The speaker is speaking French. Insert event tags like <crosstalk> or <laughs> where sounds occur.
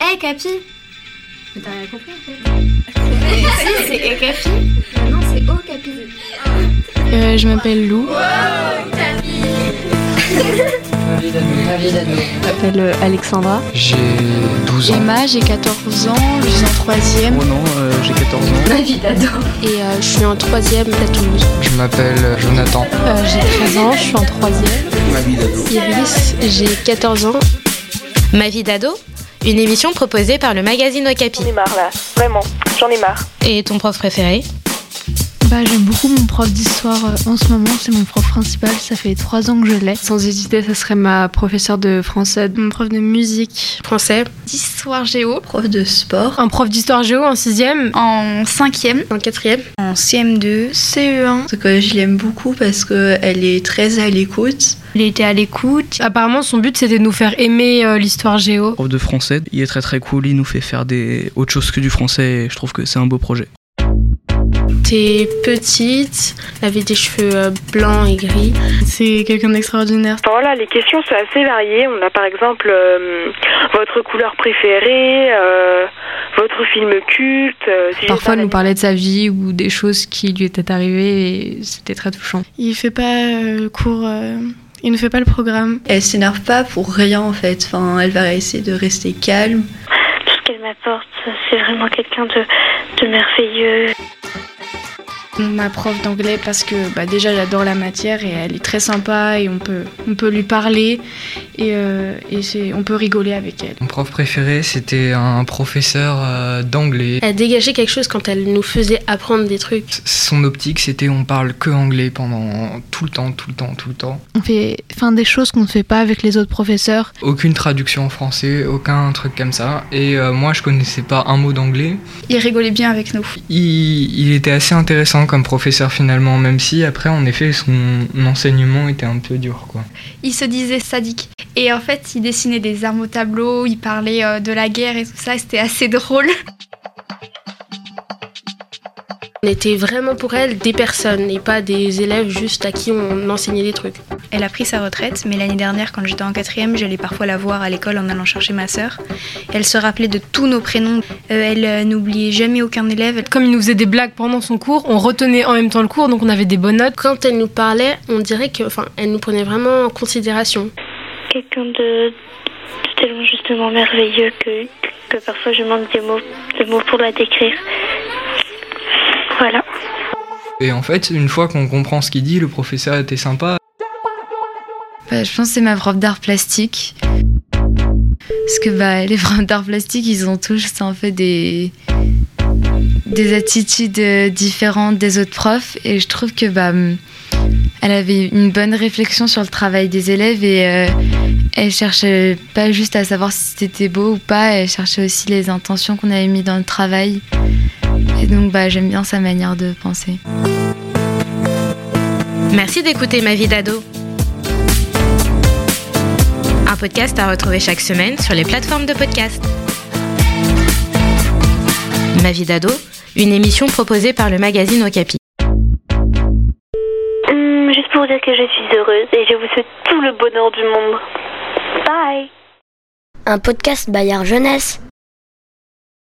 like, Happy Mais t'as rien compris en fait. <laughs> Si, c'est eh, Happy. Ah non, c'est au capitaine. Euh, je m'appelle Lou. Je m'appelle euh, Alexandra. J'ai 12 ans. Emma, j'ai 14 ans, je suis en 3ème Oh non, euh, j'ai 14 ans. et euh, je suis en 3ème à Toulouse. Je m'appelle Jonathan. Euh, j'ai 13 ans, je suis en 3ème. Ma vie d'ado. Iris, j'ai 14 ans. Ma vie d'ado Une émission proposée par le magazine Okapi. J'en ai marre là, vraiment, j'en ai marre. Et ton prof préféré Bah, j'aime beaucoup mon prof d'histoire euh, en ce moment, c'est mon prof principal, ça fait trois ans que je l'ai. Sans hésiter, ça serait ma professeure de français. Mon prof de musique, Français. d'histoire géo, Prof de sport. Un prof d'histoire géo en 6ème. en cinquième, En quatrième. en CM2, CE1. Parce que je l'aime beaucoup parce qu'elle est très à l'écoute. Il était à l'écoute. Apparemment, son but c'était de nous faire aimer euh, l'histoire géo. Prof de français, il est très très cool, il nous fait faire des autre chose que du français et je trouve que c'est un beau projet. T'es petite, elle avait des cheveux euh, blancs et gris. C'est quelqu'un d'extraordinaire. Enfin, voilà, les questions sont assez variées. On a par exemple euh, votre couleur préférée, euh, votre film culte. euh, si j'ai Parfois, pas elle la- nous parlait de sa vie ou des choses qui lui étaient arrivées et c'était très touchant. Il fait pas euh, le cours, euh, il ne fait pas le programme. Elle s'énerve pas pour rien en fait. Enfin, elle va essayer de rester calme. Tout ce qu'elle m'apporte, c'est vraiment quelqu'un de, de merveilleux. Ma prof d'anglais parce que bah, déjà j'adore la matière et elle est très sympa et on peut, on peut lui parler et, euh, et c'est- on peut rigoler avec elle. Mon prof préféré, c'était un professeur euh, d'anglais. Elle dégageait quelque chose quand elle nous faisait apprendre des trucs. Son optique, c'était on parle que anglais pendant tout le temps, tout le temps, tout le temps. On fait enfin, des choses qu'on ne fait pas avec les autres professeurs. Aucune traduction en français, aucun truc comme ça. Et euh, moi, je connaissais pas un mot d'anglais. Il rigolait bien avec nous. Il, il était assez intéressant comme professeur finalement, même si après, en effet, son enseignement était un peu dur, quoi. Il se disait sadique. Et en fait, il dessinait des armes au tableau, il parlait euh, de la guerre et tout ça, c'était assez drôle. On était vraiment pour elle des personnes et pas des élèves juste à qui on enseignait des trucs. <laughs> Elle a pris sa retraite, mais l'année dernière, quand j'étais en quatrième, j'allais parfois la voir à l'école en allant chercher ma sœur. Elle se rappelait de tous nos prénoms. Euh, elle euh, n'oubliait jamais aucun élève. Comme il nous faisait des blagues pendant son cours, on retenait en même temps le cours, donc on avait des bonnes notes. Quand elle nous parlait, on dirait que, enfin, elle nous prenait vraiment en considération. Quelqu'un de, de tellement justement merveilleux que, que parfois je manque des mots, de mots pour la décrire. Voilà. Et en fait, une fois qu'on comprend ce qu'il dit, le professeur était sympa. Bah, je pense que c'est ma prof d'art plastique. Parce que bah, les <laughs> profs d'art plastique, ils ont tous en fait des, des attitudes euh, différentes des autres profs. Et je trouve que bah, hum, elle avait une bonne réflexion sur le travail des élèves et euh, elle cherchait pas juste à savoir si c'était beau ou pas, elle cherchait aussi les intentions qu'on avait mis dans le travail. Et donc bah, j'aime bien sa manière de penser. Merci d'écouter Ma vie d'ado. Un podcast à retrouver chaque semaine sur les plateformes de podcast. Ma vie d'ado, une émission proposée par le magazine Okapi. Hum, juste pour vous dire que je suis heureuse et je vous souhaite tout le bonheur du monde. Bye Un podcast Bayard Jeunesse.